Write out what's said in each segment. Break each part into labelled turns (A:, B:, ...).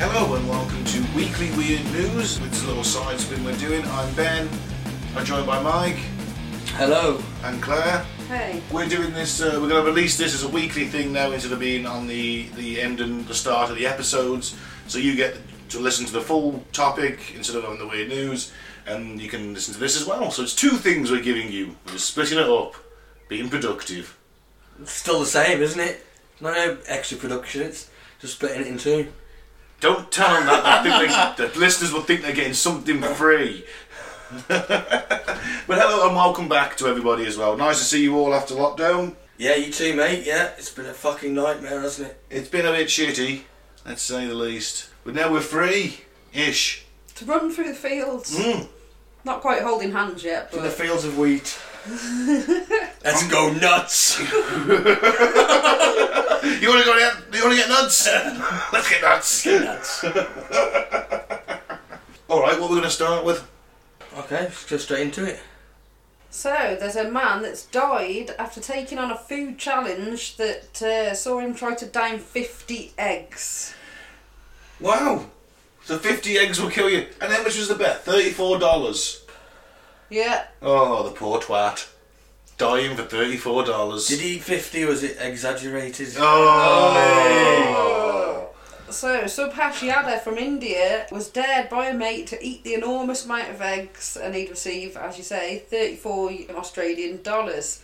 A: Hello and welcome to Weekly Weird News. It's a little side spin we're doing. I'm Ben. I'm joined by Mike
B: Hello.
A: and Claire.
C: Hey.
A: We're doing this. Uh, we're going to release this as a weekly thing now instead of being on the the end and the start of the episodes. So you get to listen to the full topic instead of on the weird news, and you can listen to this as well. So it's two things we're giving you. We're just splitting it up, being productive.
B: It's still the same, isn't it? No, no extra production. It's just splitting it in two.
A: Don't tell them that. I think they, the listeners will think they're getting something free. but hello and welcome back to everybody as well. Nice to see you all after lockdown.
B: Yeah, you too, mate. Yeah, it's been a fucking nightmare, hasn't it?
A: It's been a bit shitty, let's say the least. But now we're free, ish.
C: To run through the fields.
B: Hmm.
A: Mm.
C: Not quite holding hands yet,
B: In the
C: but
B: fields of wheat. Let's go nuts.
A: You want to go down? You want to get nuts? Let's get nuts.
B: nuts.
A: All right, what we're going to start with?
B: Okay, let's go straight into it.
C: so there's a man that's died after taking on a food challenge that uh, saw him try to down 50 eggs.
A: Wow. So fifty eggs will kill you. And how much was the bet? Thirty-four dollars.
C: Yeah,
A: Oh, the poor twat, dying for thirty-four dollars.
B: Did he eat 50 was it exaggerated?
A: Oh.
C: so Subhash Yadav from India was dared by a mate to eat the enormous amount of eggs and he'd receive, as you say, 34 Australian dollars.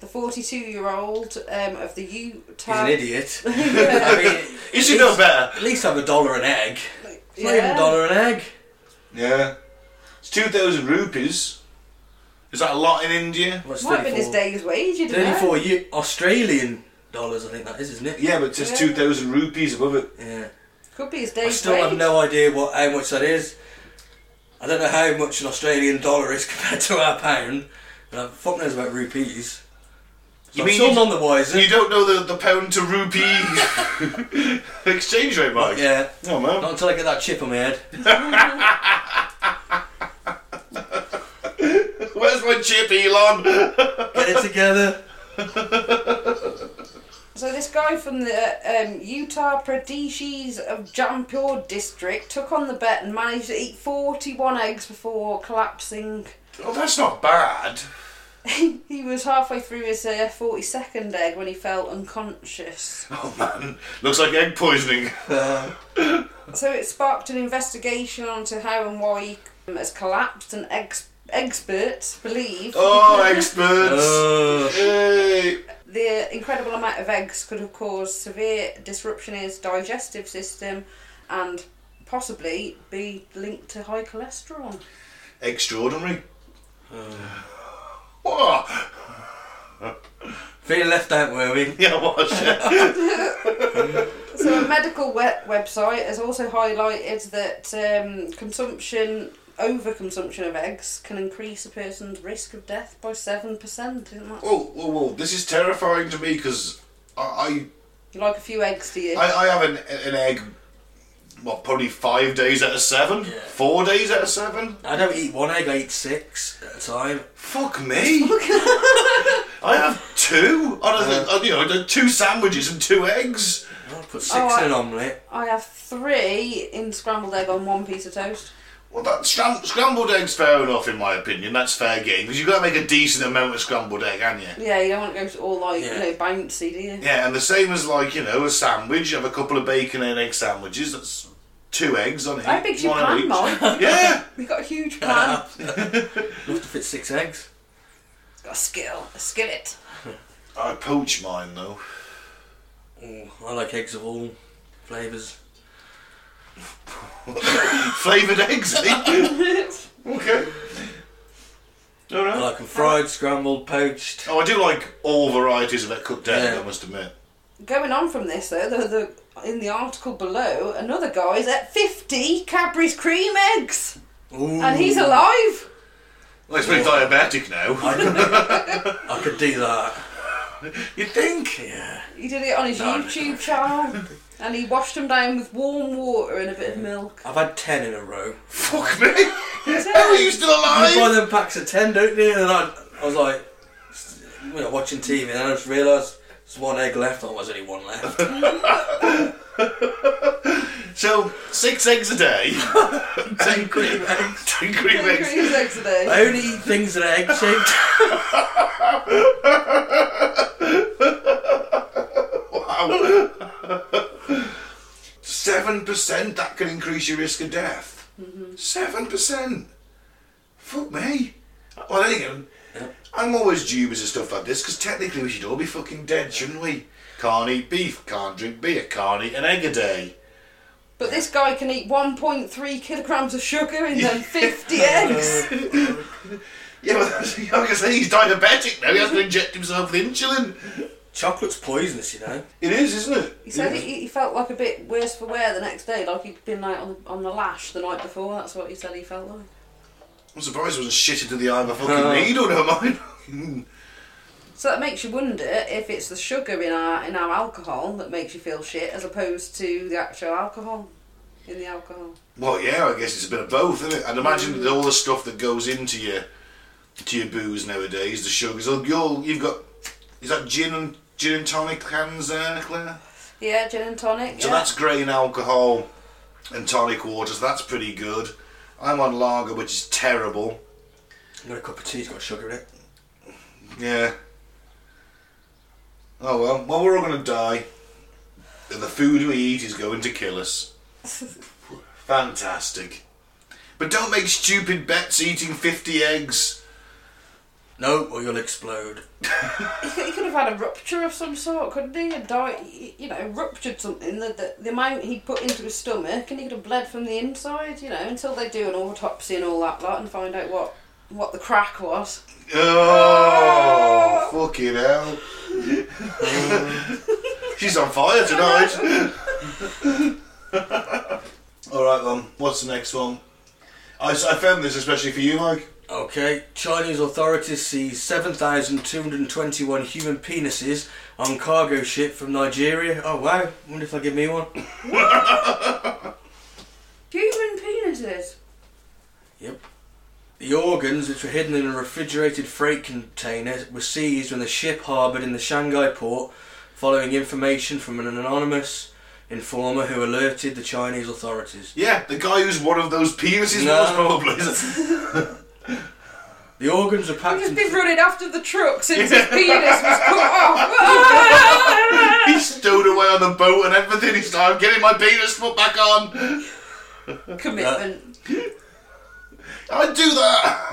C: The 42 year old um, of the
B: He's
C: Utah.
B: an idiot. I mean,
A: Is he no
B: at least-
A: better?
B: At least have a dollar an egg. It's not even
C: Yeah.
B: a dollar an egg.
A: Yeah. It's two thousand rupees. Is that a lot in India?
B: What's
C: Might have been his day's wage, you didn't
B: 34 U- Australian dollars, I think that is, isn't it?
A: Yeah, but it's just
C: Yeah.
A: two thousand rupees above it.
B: Yeah.
C: Could be his
B: I
C: day's
B: still
C: wage.
B: have no idea what how much that is. I don't know how much an Australian dollar is compared to our pound. And I fuck knows about rupees. So
A: You
B: I'm
A: mean
B: still
A: you-
B: none the wiser.
A: You don't know the, the pound to rupee exchange rate, Mike.
B: yeah.
A: Oh man.
B: Not until I get that chip on my head.
A: Where's my chip, Elon?
B: Get it together.
C: So this guy from the um, Uttar Pradesh's of Jampur district took on the bet and managed to eat 41 eggs before collapsing.
A: Oh, that's not bad.
C: he was halfway through his uh, 42nd egg when he fell unconscious.
A: Oh man, looks like egg poisoning.
B: Uh,
C: So it sparked an investigation onto how and why he um, has collapsed and ex- experts believe
A: Oh, experts!
B: uh,
A: Yay!
C: the incredible amount of eggs could have caused severe disruption in his digestive system and possibly be linked to high cholesterol.
A: Extraordinary. Whoa!
B: feeling left out, were we?
A: Yeah, what?
C: So a medical we- website has also highlighted that um, consumption, overconsumption of eggs, can increase a person's risk of death by seven percent. Isn't that
A: Whoa, whoa, whoa! This is terrifying to me because I,
C: you like a few eggs, do you?
A: I, I have an, an egg. What? Probably five days out of seven.
B: Yeah.
A: Four days out of seven.
B: I don't eat one egg, I eat six at a time.
A: Fuck me! I have two. On a, on, you know, two sandwiches and two eggs.
B: I'll put six
C: Oh, I-
B: in an omelette.
C: I have three in scrambled egg on one piece of toast.
A: Well, that scram- scrambled egg's fair enough, in my opinion. That's fair game because you've got to make a decent amount of scrambled egg, haven't you?
C: Yeah, you don't want to go to all like
B: Yeah.
C: you know bouncy, do you?
A: Yeah, and the same as like you know a sandwich. Have a couple of bacon and egg sandwiches. That's two eggs on it.
C: How big's your
A: one on
C: pan,
A: each.
C: Mike?
A: Yeah,
C: You've got a huge pan.
B: Enough to fit six eggs.
C: It's got a skill, a skillet.
A: I poach mine though.
B: Ooh, I like eggs of all flavours.
A: Flavoured eggs. eh? okay. All
B: I
A: right.
B: like them fried, scrambled, poached.
A: Oh, I do like all varieties of that cooked egg.
B: Yeah.
A: I must admit.
C: Going on from this though, the, the in the article below, another guy's at fifty Cadbury's cream eggs,
B: Ooh.
C: and he's alive.
A: Well, he's pretty diabetic now.
B: I could do that.
A: You think?
B: Yeah.
C: He did it on his
B: No.
C: YouTube channel, and he washed them down with warm water and a bit of milk.
B: I've had ten in a row.
A: Fuck me. How are you still
B: You buy
A: alive?
B: them packs of ten, don't you? And I, I was like, you know, watching TV, and I just realised there's one egg left. Oh, there's only one left.
A: So, six eggs a day.
B: Ten cream eggs.
A: Ten cream
C: Ten
A: eggs.
C: cream eggs a day.
B: I only eat things that are egg shaped.
A: Wow. Seven percent. That can increase your risk of death. 7 percent. Fuck me. Well, anyway, I'm always dubious of stuff like this because technically we should all be fucking dead, shouldn't we? Can't eat beef. Can't drink beer. Can't eat an egg a day.
C: But this guy can eat 1.3 kilograms of sugar in them 50 eggs.
A: Yeah, but that's, like I say, he's diabetic now. He has to inject himself with insulin.
B: Chocolate's poisonous, you know.
A: It is, isn't it?
C: He said he, he felt like a bit worse for wear the next day, like he'd been like on, on the lash the night before. That's what he said he felt like.
A: I'm surprised he wasn't shit into the eye of a fucking
B: No.
A: needle, never mind.
C: So that makes you wonder if it's the sugar in our in our alcohol that makes you feel shit, as opposed to the actual alcohol in the alcohol.
A: well, yeah, I guess it's a bit of both, isn't it? I'd imagine that all the stuff that goes into your to your booze nowadays, the sugars. Oh, you'll, you've got is that gin and gin and tonic cans there, Claire?
C: Yeah, gin and tonic.
A: So
C: yeah.
A: that's grain alcohol and tonic water. So that's pretty good. I'm on lager, which is terrible.
B: Another cup of tea's got sugar in it.
A: Yeah. Oh well, well we're all gonna die, and the food we eat is going to kill us. Fantastic. But don't make stupid bets eating fifty eggs.
B: No, or you'll explode.
C: He could, he could have had a rupture of some sort, couldn't he? And died, you know, ruptured something. The, the, the amount he put into his stomach, and he could have bled from the inside, you know, until they do an autopsy and all that lot and find out what, what the crack was.
A: Oh, fucking hell! She's on fire tonight. all right, then. What's the next one? I, I found this especially for you, Mike.
B: Okay, Chinese authorities seize 7,221 human penises on cargo ship from Nigeria. Oh wow, wonder if I give me one.
C: Human penises.
B: Yep. The organs, which were hidden in a refrigerated freight container, were seized when the ship harboured in the Shanghai port, following information from an anonymous informer who alerted the Chinese authorities.
A: Yeah, the guy who's one of those penises
B: No.
A: was probably.
B: The organs were
C: He'd
B: packed
C: just
B: in.
C: been running after the truck since his penis was cut off.
A: He stowed away on the boat and everything. He's like, I'm getting my penis put back on.
C: Commitment.
A: I do that.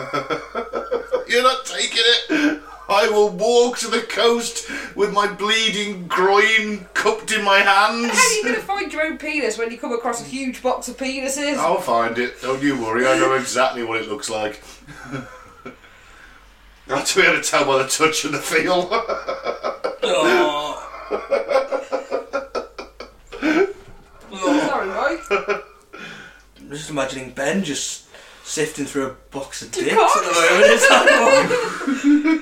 A: You're not taking it. I will walk to the coast with my bleeding groin cupped in my
C: How are you
A: hands.
C: going to find your own penis when you come across a huge box of penises?
A: I'll find it. Don't you worry. I know exactly what it looks like. That's where to tell by the touch and the feel.
B: Oh. Oh.
C: Sorry, Mike.
B: I'm just imagining Ben just sifting through a box of dicks
C: cocks.
B: at the moment. It's like, oh,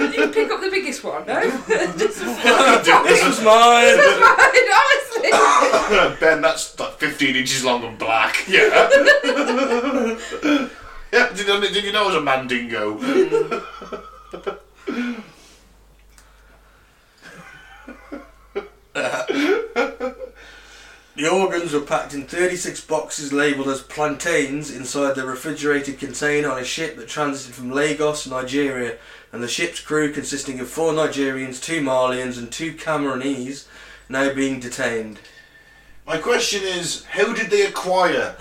C: Did you pick up the biggest one? No. Just
B: this was mine.
C: Honestly.
A: ben, that's like 15 inches long and black. Yeah. yeah did, you- did you know I was a mandingo?
B: The organs were packed in 36 boxes labelled as plantains inside the refrigerated container on a ship that transited from Lagos, Nigeria, and the ship's crew, consisting of four Nigerians, two Malians, and two Cameroonese, now being detained.
A: My question is, how did they acquire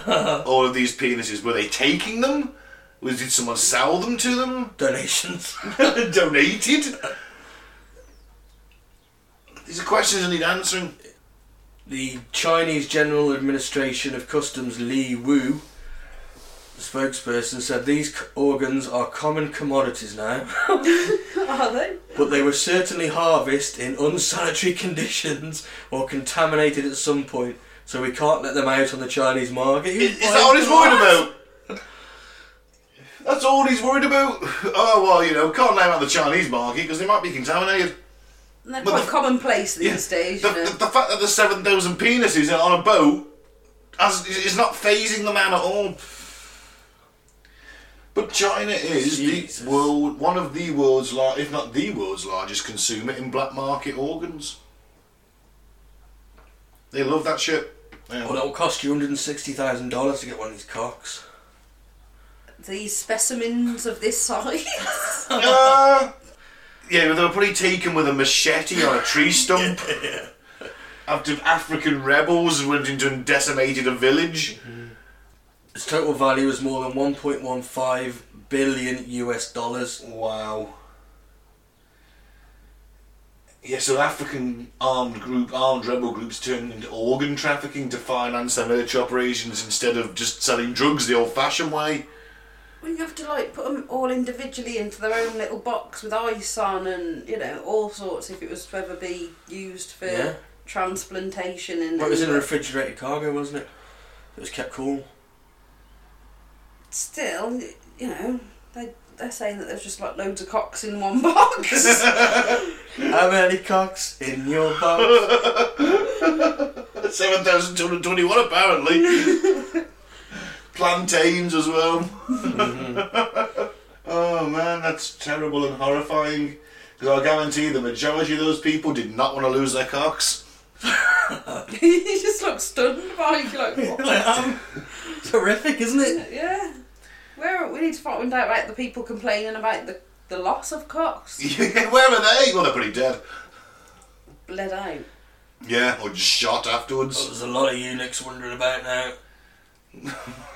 A: all of these penises? Were they taking them? Was did someone sell them to them?
B: Donations.
A: Donated? These are questions I need answering.
B: The Chinese General Administration of Customs Li Wu, the spokesperson, said these c- organs are common commodities now,
C: Are they?
B: but they were certainly harvested in unsanitary conditions or contaminated at some point, so we can't let them out on the Chinese market.
A: Is, is that all he's worried about? That's all he's worried about. Oh well, you know, can't name out the Chinese market because they might be contaminated.
C: And they're
A: But
C: quite
A: the-
C: commonplace these
A: Yeah.
C: days,
A: the,
C: you know.
A: the, the fact that there's 7,000 penises on a boat has, is not phasing the man at all. But China is
B: Jesus.
A: the world, one of the world's lar- if not the world's largest consumer in black market organs. They love that shit. Yeah.
B: But it'll cost you $160,000 to get one of these cocks.
C: These specimens of this size.
A: Uh, yeah, but they were probably taken with a machete on a tree stump. After African rebels went into and decimated a village.
B: Its total value is more than 1.15 billion US dollars.
A: Wow. Yeah, so African armed group, armed rebel groups turned into organ trafficking to finance their military operations instead of just selling drugs the old-fashioned way.
C: Well, you have to like put them all individually into their own little box with ice on and you know all sorts if it was to ever be used for
B: Yeah.
C: transplantation and
B: But it was in a refrigerated cargo, wasn't it? It was kept cool.
C: still you know they they're saying that there's just like loads of cocks in one box.
B: How many cocks in your box?
A: 7,221 apparently. Plantains as well. oh man, that's terrible and horrifying. Because I guarantee the majority of those people did not want to lose their cocks.
C: you just look stunned by it. You're like what?
B: Terrific, isn't it?
C: yeah. Where we need to find out about the people complaining about the the loss of cocks.
A: Where are they? Well, they're pretty dead.
C: Bled out.
A: Yeah, or just shot
B: Well,
A: afterwards.
B: there's a lot of eunuchs wandering about now.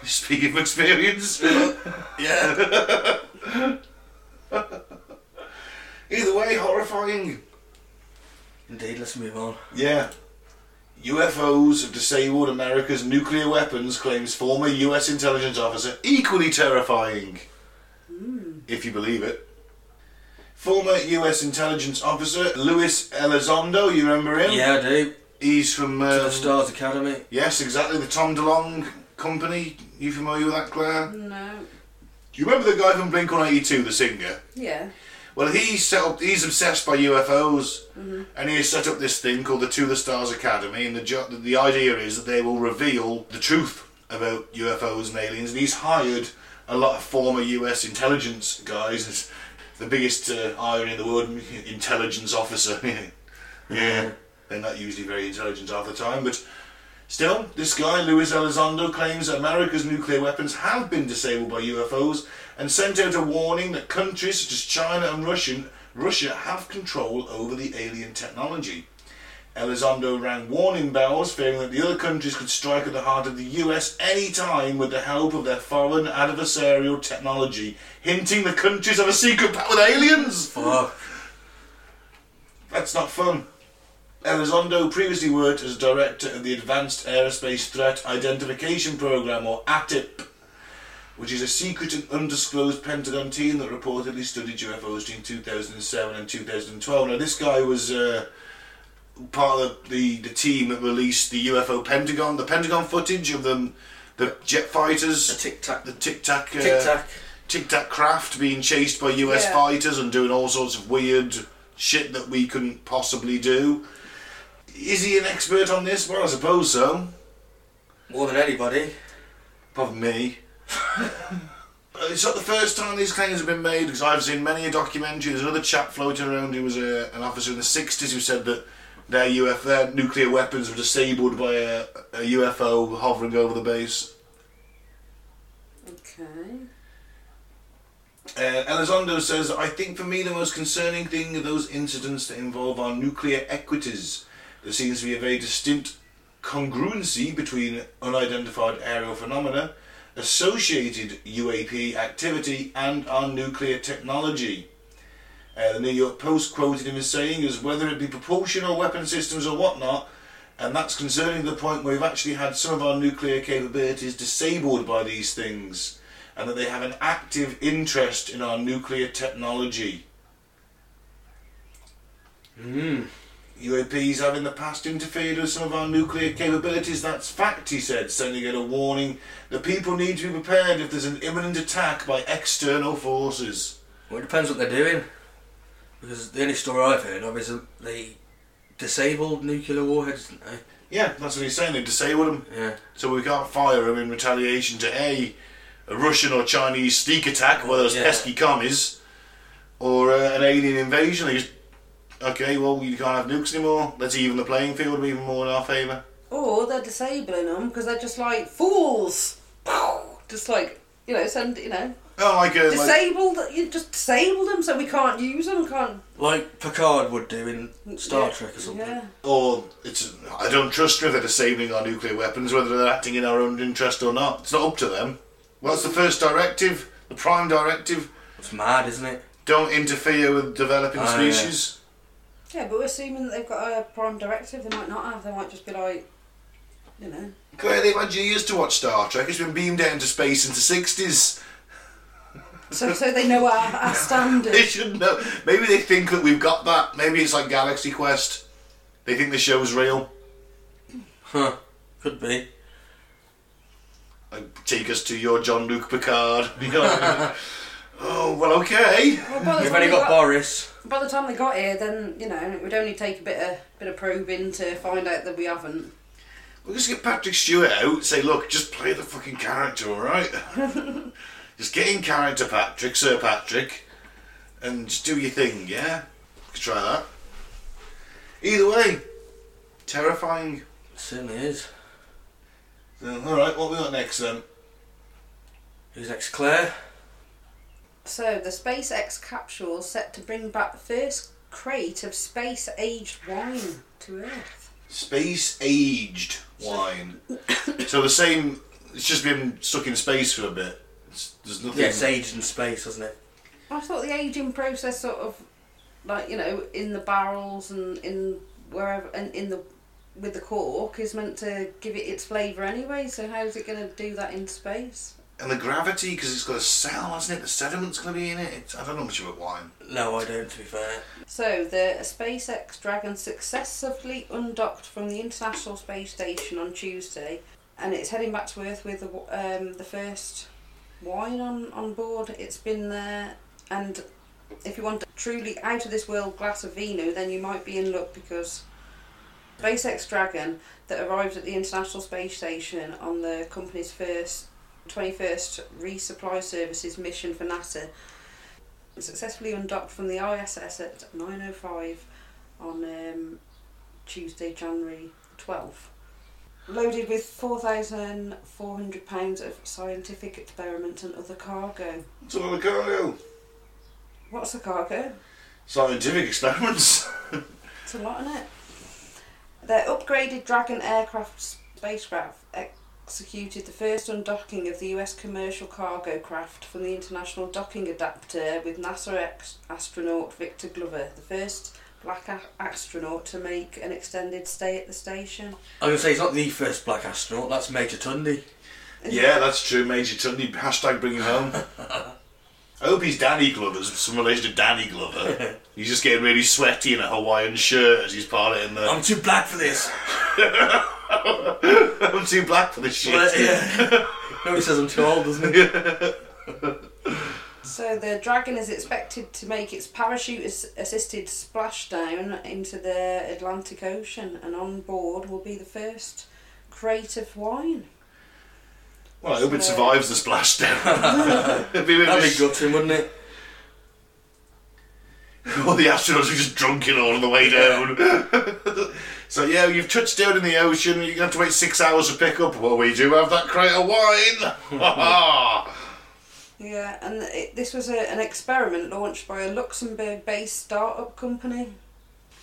A: Speaking of experience.
B: Yeah.
A: Either way, horrifying.
B: Indeed, let's move on.
A: Yeah. UFOs have disabled America's nuclear weapons, claims former US intelligence officer. Equally terrifying. If you believe it. Former US intelligence officer Luis Elizondo, you remember him?
B: Yeah, I do.
A: He's from. Um,
B: To the Stars Academy.
A: Yes, exactly, the Tom DeLong company. You familiar with that, Claire?
C: No.
A: Do you remember the guy from Blink 182, the singer?
C: Yeah.
A: Well, he set up. He's obsessed by UFOs, and he has set up this thing called the To the Stars Academy. And the jo- the idea is that they will reveal the truth about UFOs and aliens. And he's hired a lot of former U.S. intelligence guys. It's the biggest uh, irony in the world, intelligence officer. yeah, they're not usually very intelligent half the time, but. Still, this guy, Luis Elizondo, claims that America's nuclear weapons have been disabled by UFOs and sent out a warning that countries such as China and Russian, Russia have control over the alien technology. Elizondo rang warning bells, fearing that the other countries could strike at the heart of the US any time with the help of their foreign adversarial technology, hinting the countries have a secret pact with aliens!
B: Fuck.
A: That's not fun. Elizondo previously worked as director of the Advanced Aerospace Threat Identification Program, or ATIP, which is a secret and undisclosed Pentagon team that reportedly studied UFOs between 2007 and 2012. Now, this guy was uh, part of the, the team that released the UFO Pentagon, the Pentagon footage of them, the jet fighters,
B: The Tic Tac.
A: the Tic Tac, uh,
B: Tic Tac.
A: Tic Tac craft being chased by US
C: Yeah.
A: fighters and doing all sorts of weird shit that we couldn't possibly do. Is he an expert on this? Well, I suppose so.
B: More than anybody.
A: Apart from me. it's not the first time these claims have been made because I've seen many a documentary. There's another chap floating around who was a, an officer in the 60s who said that their, UF, their nuclear weapons were disabled by a, a UFO hovering over the base.
C: Okay.
A: Uh, Elizondo says, I think for me the most concerning thing are those incidents that involve our nuclear equities. There seems to be a very distinct congruency between unidentified aerial phenomena, associated UAP activity, and our nuclear technology. Uh, the New York Post quoted him as saying, as whether it be propulsion or weapon systems or whatnot, and that's concerning to the point where we've actually had some of our nuclear capabilities disabled by these things, and that they have an active interest in our nuclear technology.
B: Mm.
A: UAPs have in the past interfered with some of our nuclear capabilities. That's fact, he said, sending out a warning that people need to be prepared if there's an imminent attack by external forces.
B: Well, it depends what they're doing. Because the only story I've heard of is that they disabled nuclear warheads, didn't they?
A: Yeah, that's what he's saying. They disabled them.
B: Yeah.
A: So we can't fire them in retaliation to A, a Russian or Chinese sneak attack, whether it's
B: Yeah.
A: pesky commies, or uh, an alien invasion. They just, okay, well, you can't have nukes anymore. Let's even the playing field even more in our favour.
C: Or Oh, they're disabling them because they're just like fools. Just like you know, send you know,
A: Oh, like a like,
C: disabled. You just disabled them so we can't use them. Can't
B: Like Picard would do in Star
C: yeah,
B: Trek or something.
C: Yeah.
A: or it's. I don't trust whether they're saving our nuclear weapons, whether they're acting in our own interest or not. It's not up to them. Well, that's the first directive, the prime directive.
B: It's mad, isn't it?
A: Don't interfere with developing
B: Ah, yeah.
A: species.
C: Yeah, but we're assuming that they've got a prime directive. They might not have. They might just be like, you know,
A: Claire, they've had years to watch Star Trek. It's been beamed out into space since the sixties.
C: so so they know our, our
A: They
C: standards.
A: should know. Maybe they think that we've got that. Maybe it's like Galaxy Quest. They think the show's real.
B: Huh. Could be.
A: Like, take us to your John Luke Picard. You know what I mean? oh well, okay.
C: Well, by the
B: We've
C: time
B: only
C: they
B: got Boris.
C: By the time they got here, then you know it would only take a bit of bit of probing to find out that we haven't.
A: We'll just get Patrick Stewart out. Say, look, just play the fucking character, all right? just get in character, Patrick, Sir Patrick, and just do your thing. Yeah, could try that. Either way, terrifying.
B: It certainly is.
A: So, Uh, all right, what we got next then?
B: Who's next? Claire?
C: So the SpaceX capsule set to bring back the first crate of space-aged wine to Earth.
A: Space aged wine. so the same. It's just been stuck in space for a bit. It's, there's nothing.
B: Yeah, it's aged in space, isn't it?
C: I thought the aging process, sort of, like you know, in the barrels and in wherever and in the with the cork is meant to give it its flavour anyway. So how's it going to do that in space?
A: and the gravity, because it's got a cell, hasn't it? The sediment's going to be in it. It's, I don't know much about wine.
B: No, I don't, to be fair.
C: So, the SpaceX Dragon successfully undocked from the International Space Station on Tuesday, and it's heading back to Earth with the, w- um, the first wine on, on board. It's been there, and if you want a truly out of this world glass of vino, then you might be in luck because SpaceX Dragon, that arrived at the International Space Station on the company's first 21st resupply services mission for NASA, successfully undocked from the ISS at 9.05 on um, Tuesday, January 12th. Loaded with £4,400 of scientific experiments and other cargo.
A: It's a lot of cargo.
C: What's the cargo?
A: Scientific experiments.
C: It's a lot in it. Their upgraded Dragon aircraft spacecraft executed the first undocking of the US commercial cargo craft from the International Docking Adapter with NASA ex- astronaut Victor Glover, the first black a- astronaut to make an extended stay at the station.
B: I was going to say, he's not the first black astronaut, that's Major Tundi.
A: yeah, that's true. Major Tundy. Hashtag bring him home. I hope he's Danny Glover's some relation to Danny Glover. he's just getting really sweaty in a Hawaiian shirt as he's partying there.
B: I'm too black for this!
A: I'm too black for this shit.
B: But, yeah. no, he says I'm too old, doesn't he?
C: So the Dragon is expected to make its parachute-assisted splashdown into the Atlantic Ocean, and on board will be the first crate of wine.
A: Well, I hope it survives the splashdown. It'd be a bit
B: That'd
A: mis-
B: be gutting, wouldn't it?
A: All the astronauts are just drunken all the way down. so yeah, you've touched down in the ocean. You're gonna have to wait six hours to pick up. Well, we do have that crate of wine. Ha ha.
C: Yeah, and it, this was a, an experiment launched by a Luxembourg based startup company.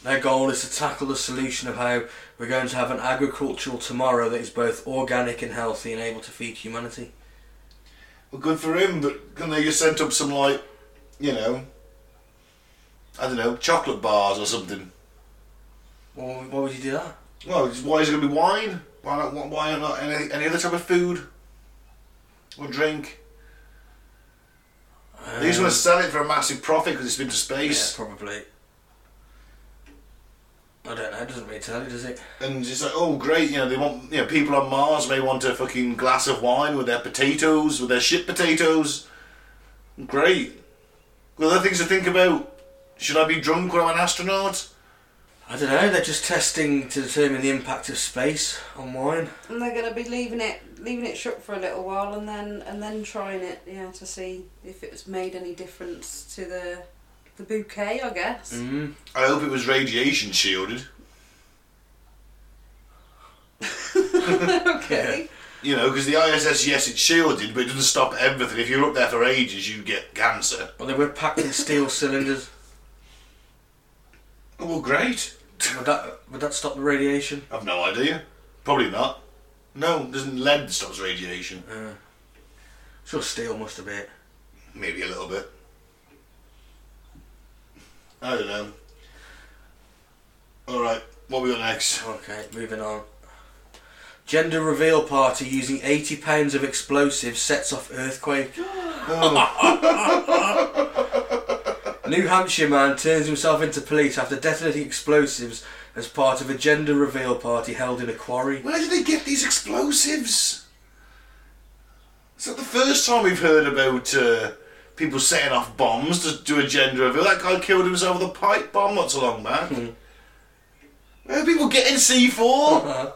B: Their goal is to tackle the solution of how we're going to have an agricultural tomorrow that is both organic and healthy and able to feed humanity.
A: well, good for him. But can they just sent up some like, you know, I don't know, chocolate bars or something?
B: Well, why would you do that?
A: Well, it's- why is it gonna be wine? Why not? Why not any any other type of food or drink? They just want to sell it for a massive profit because it's been to
B: Yeah,
A: space.
B: probably. I don't know. It doesn't really tell you, does it?
A: and it's like, oh great, you know, they want, you know, people on Mars may want a fucking glass of wine with their potatoes, with their shit potatoes. Great. Well, other things to think about. Should I be drunk when I'm an astronaut?
B: I don't know. They're just testing to determine the impact of space on wine.
C: And they're going to be leaving it leaving it shut for a little while and then and then trying it, yeah, to see if it's made any difference to the the bouquet, I guess.
B: Mm.
A: I hope it was radiation shielded.
C: okay.
A: You know, because the ISS, yes, it's shielded, but it doesn't stop everything. If you're up there for ages, you get cancer.
B: Well, they were packed in steel cylinders.
A: Oh, well, great.
B: Would that would that stop the radiation?
A: I've no idea. Probably not. No, doesn't lead stops radiation?
B: Sure, steel must have been.
A: Maybe a little bit. I don't know. All right, what we got next?
B: Okay, moving on. Gender reveal party using 80 pounds of explosives sets off earthquake. New Hampshire man turns himself into police after detonating explosives as part of a gender reveal party held in a quarry.
A: Where did they get these explosives? It's not the first time we've heard about uh, people setting off bombs to do a gender reveal. That guy killed himself with a pipe bomb not so long back. Where are people getting C4?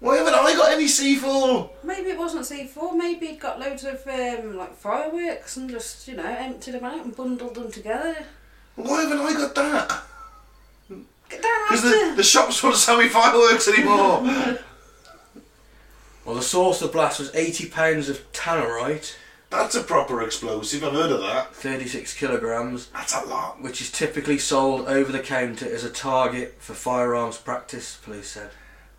A: Why haven't I got any C4?
C: Maybe it wasn't C4. Maybe he'd got loads of um, like fireworks and just you know emptied them out and bundled them together.
A: Why haven't I got that?
C: Get down
A: Because
C: after.
A: the, the shops won't sell me fireworks anymore.
B: Well, the source of the blast was 80 pounds of tannerite,
A: That's a proper explosive. I've heard of that.
B: 36 kilograms,
A: That's a lot.
B: which is typically sold over the counter as a target for firearms practice, police said.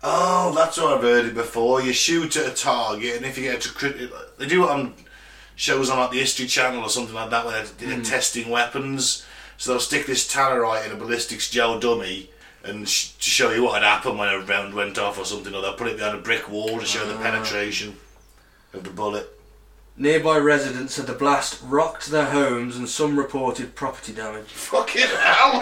A: Oh, that's what I've heard it before. You shoot at a target, and if you get to crit, they do it on shows on like the History Channel or something like that, where they're, they're testing weapons. So they'll stick this tannerite in a ballistics gel dummy, and sh- to show you what had happened when a round went off or something, or they'll put it behind a brick wall to show the penetration of the bullet.
B: Nearby residents said the blast rocked their homes and some reported property damage.
A: Fucking hell!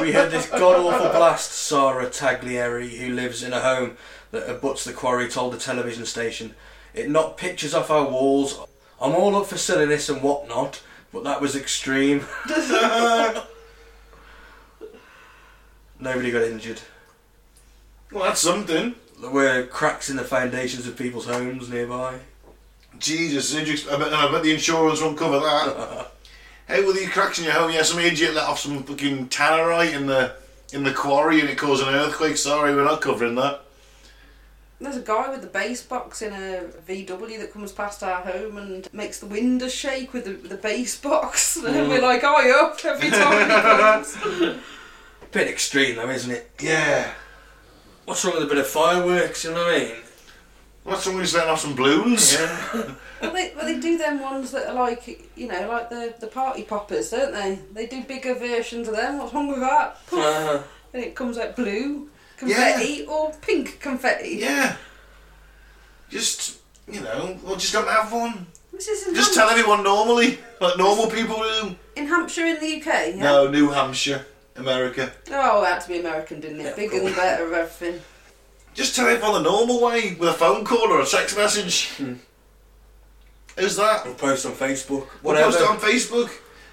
B: We had this god awful blast, Sarah Taglieri, who lives in a home that abuts the quarry, told the television station. It knocked pictures off our walls. I'm all up for silliness and whatnot, but that was extreme. Nobody got injured.
A: well, that's something.
B: There were cracks in the foundations of people's homes nearby.
A: Jesus, did you, ex- I, bet, I bet the insurance won't cover that. hey, with these cracks in your home, yeah, some idiot let off some fucking tannerite in the in the quarry and it caused an earthquake. Sorry, we're not covering that.
C: There's a guy with the bass box in a VW that comes past our home and makes the windows shake with the, the bass box. And
A: Mm.
C: we're like, oh, yeah, every time he comes.
B: Bit extreme though, isn't it?
A: Yeah.
B: What's wrong with a bit of fireworks, you know what I mean?
A: What's wrong with just letting off some balloons?
C: Well, they, well, they do them ones that are like, you know, like the, the party poppers, don't they? They do bigger versions of them. What's wrong with that?
B: Uh,
C: And it comes out blue confetti or pink confetti.
A: Yeah. Just, you know, well, just don't have one.
C: This is in,
A: Just
C: Ham-
A: tell everyone normally, like normal people do.
C: in Hampshire in the UK. Yeah?
A: No, New Hampshire, America.
C: Oh, it had to be American, didn't it?
B: Yeah, of
C: Bigger
B: course.
C: and better of everything.
A: Just tell everyone the normal way with a phone call or a text message. Is Hmm. that?
B: we'll post on Facebook.
A: We'll
B: Whatever.
A: Post it on Facebook.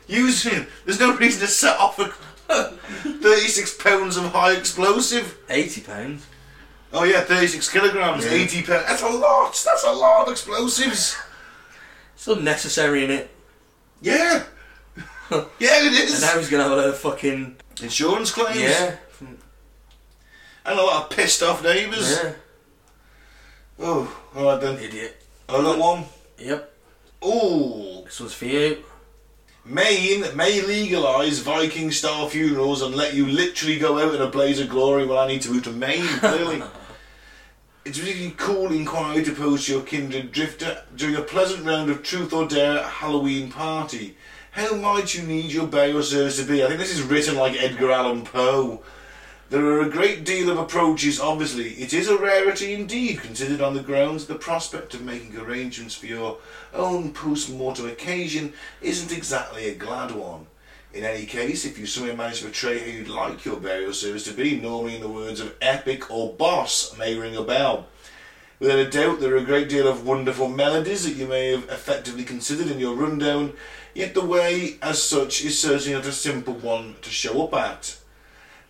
A: Use it. There's no reason to set off a 36 pounds of high explosive.
B: Eighty pounds.
A: Oh yeah, 36 kilograms,
B: Yeah.
A: 80 pounds. That's a lot. That's a lot of explosives.
B: It's unnecessary in it.
A: Yeah. yeah, it
B: And
A: is.
B: now he's gonna have a load of fucking
A: Insurance claims.
B: yeah,
A: And a lot of pissed off neighbours.
B: yeah,
A: Oh, alright then.
B: idiot.
A: Another one.
B: Yep,
A: Ooh.
B: this one's for you.
A: Maine may legalise Viking style funerals and let you literally go out in a blaze of glory. Well, I need to move to Maine, clearly. it's a really cool inquiry to pose to your kindred drifter during a pleasant round of truth or dare at a Halloween party. How might you need your burial service to be? I think this is written like Edgar Allan Poe. There are a great deal of approaches, obviously. It is a rarity indeed, considered on the grounds the prospect of making arrangements for your own post mortem occasion isn't exactly a glad one. In any case, if you somehow manage to portray who you'd like your burial service to be, normally in the words of epic or boss, may ring a bell. Without a doubt, there are a great deal of wonderful melodies that you may have effectively considered in your rundown, yet the way, as such, is certainly not a simple one to show up at.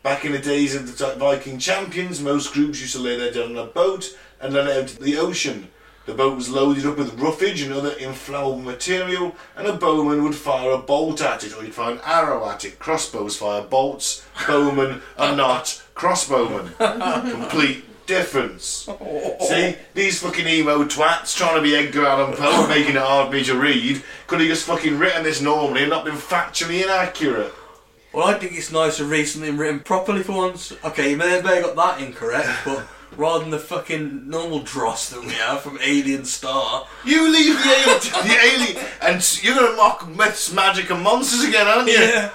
A: Back in the days of the Viking champions, most groups used to lay their dead on a boat and let it out to the ocean. The boat was loaded up with roughage and other inflammable material, and a bowman would fire a bolt at it, or he'd fire an arrow at it. Crossbows fire bolts, bowmen are not crossbowmen. Complete difference. See, these fucking emo twats trying to be Edgar Allan Poe and making it hard for me to read could have just fucking written this normally and not been factually inaccurate.
B: Well, I think it's nice to read something written properly for once. Okay, you may have got that incorrect, but rather than the fucking normal dross that we have from Alien Star,
A: You leave the alien, the alien and s- you're going to mock myths, magic, and monsters again, aren't you?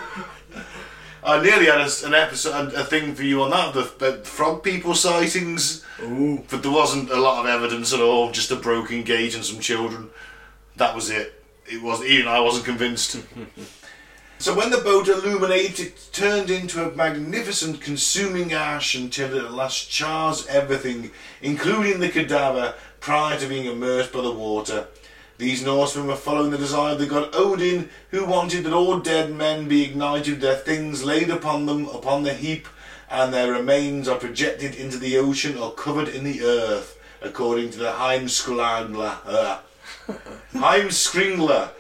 A: I nearly had a s an episode, a, a thing for you on that, the, the frog people sightings.
B: Ooh.
A: But there wasn't a lot of evidence at all, just a broken gauge and some children. That was it. It was even I wasn't convinced. so when the boat illuminated, it turned into a magnificent consuming ash until it at last chars everything, including the cadaver, prior to being immersed by the water. These Norsemen were following the desire of the god Odin, who wanted that all dead men be ignited with their things laid upon them upon the heap and their remains are projected into the ocean or covered in the earth, according to the Heimskringla. Uh, Heimskringla,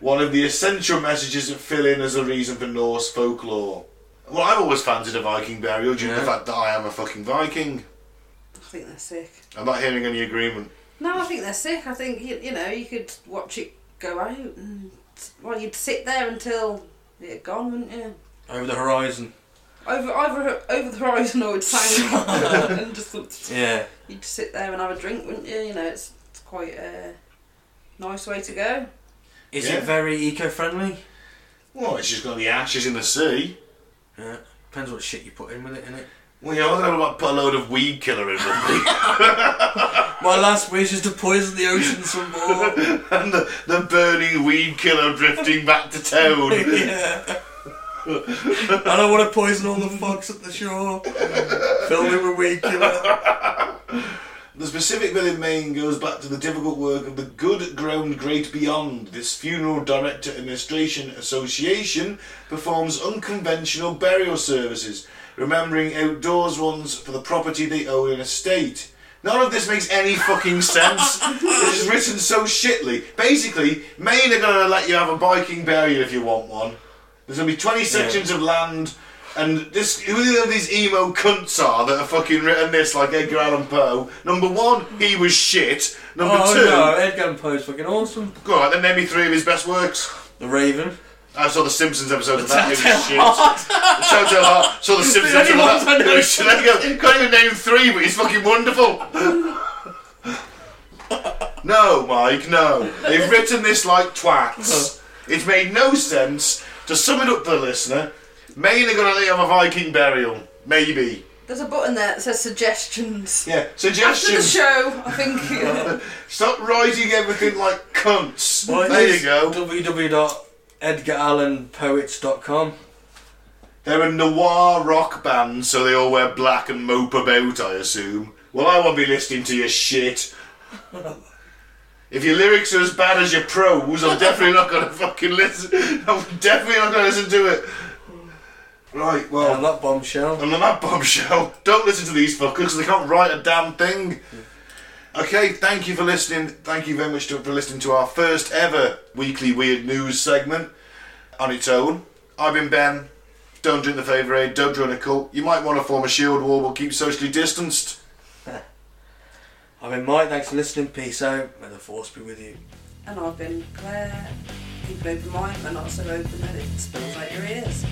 A: one of the essential messages that fill in as a reason for Norse folklore. Well, I've always fancied a Viking burial due to the
B: Yeah.
A: fact that I am a fucking Viking.
C: I think they're sick.
A: I'm not hearing any agreement.
C: No, I think they're sick. I think you, you know you could watch it go out, and well, you'd sit there until it had gone, wouldn't you?
B: over the horizon.
C: Over over over the horizon, or it sank, and just
B: Yeah.
C: you'd sit there and have a drink, wouldn't you? You know, it's, it's quite a nice way to go.
B: Is
A: Yeah.
B: it very eco-friendly?
A: Well, it's just got the ashes in the sea.
B: Yeah. Depends what shit you put in with it, innit?
A: Well, yeah, I was going to put a load of weed killer in with me.
B: My last wish is to poison the ocean some more.
A: and the, the burning weed killer drifting back to town.
B: yeah. I don't want to poison all the fogs at the shore. Fill me with weed killer.
A: The specific bill in Maine goes back to the difficult work of the Good Ground Great Beyond. This Funeral Director Administration Association performs unconventional burial services, remembering outdoors ones for the property they own in a state. None of this makes any fucking sense. this is written so shitly. Basically, Maine are going to let you have a Viking burial if you want one. There's going to be 20 sections of land, and this who are these emo cunts are that have fucking written this like Edgar Allan Poe? Number one, he was shit. Number
B: Oh
A: two,
B: no, Edgar Allan Poe's fucking awesome.
A: go on, then name me three of his best works.
B: The Raven.
A: I saw the Simpsons episode of that. It was shit. The Telltale Heart. Saw the Simpsons episode
B: only
A: of
B: ones I
A: that.
B: know.
A: It was shit. There you go. You Can't even name three, but he's fucking wonderful. no, Mike, no. They've written this like twats. It's made no sense. To sum it up for the listener, mainly gonna let you have a Viking burial. Maybe.
C: There's a button there that says suggestions.
A: Yeah.
C: After the
A: Suggestions.
C: show, I think.
A: Stop writing everything like cunts.
B: Well, it
A: there
B: is
A: you go.
B: www.edgarallanpoets.com.
A: They're a noir rock band, so they all wear black and mope about, I assume. Well, I won't be listening to your shit. If your lyrics are as bad as your prose, I'm definitely not going to fucking listen. I'm definitely not going to listen to it. Right, well,
B: And that bombshell.
A: and on that bombshell, don't listen to these fuckers 'cause they can't write a damn thing. Okay, thank you for listening. Thank you very much to, for listening to our first ever weekly weird news segment on its own. I've been Ben. Don't drink the favour aid. Don't join a cult. You might want to form a shield wall, but keep socially distanced.
B: I've been Mike, thanks for listening. Peace out. May the force be with you.
C: and I've been Claire. People open mine, but not so open that it spills out your ears.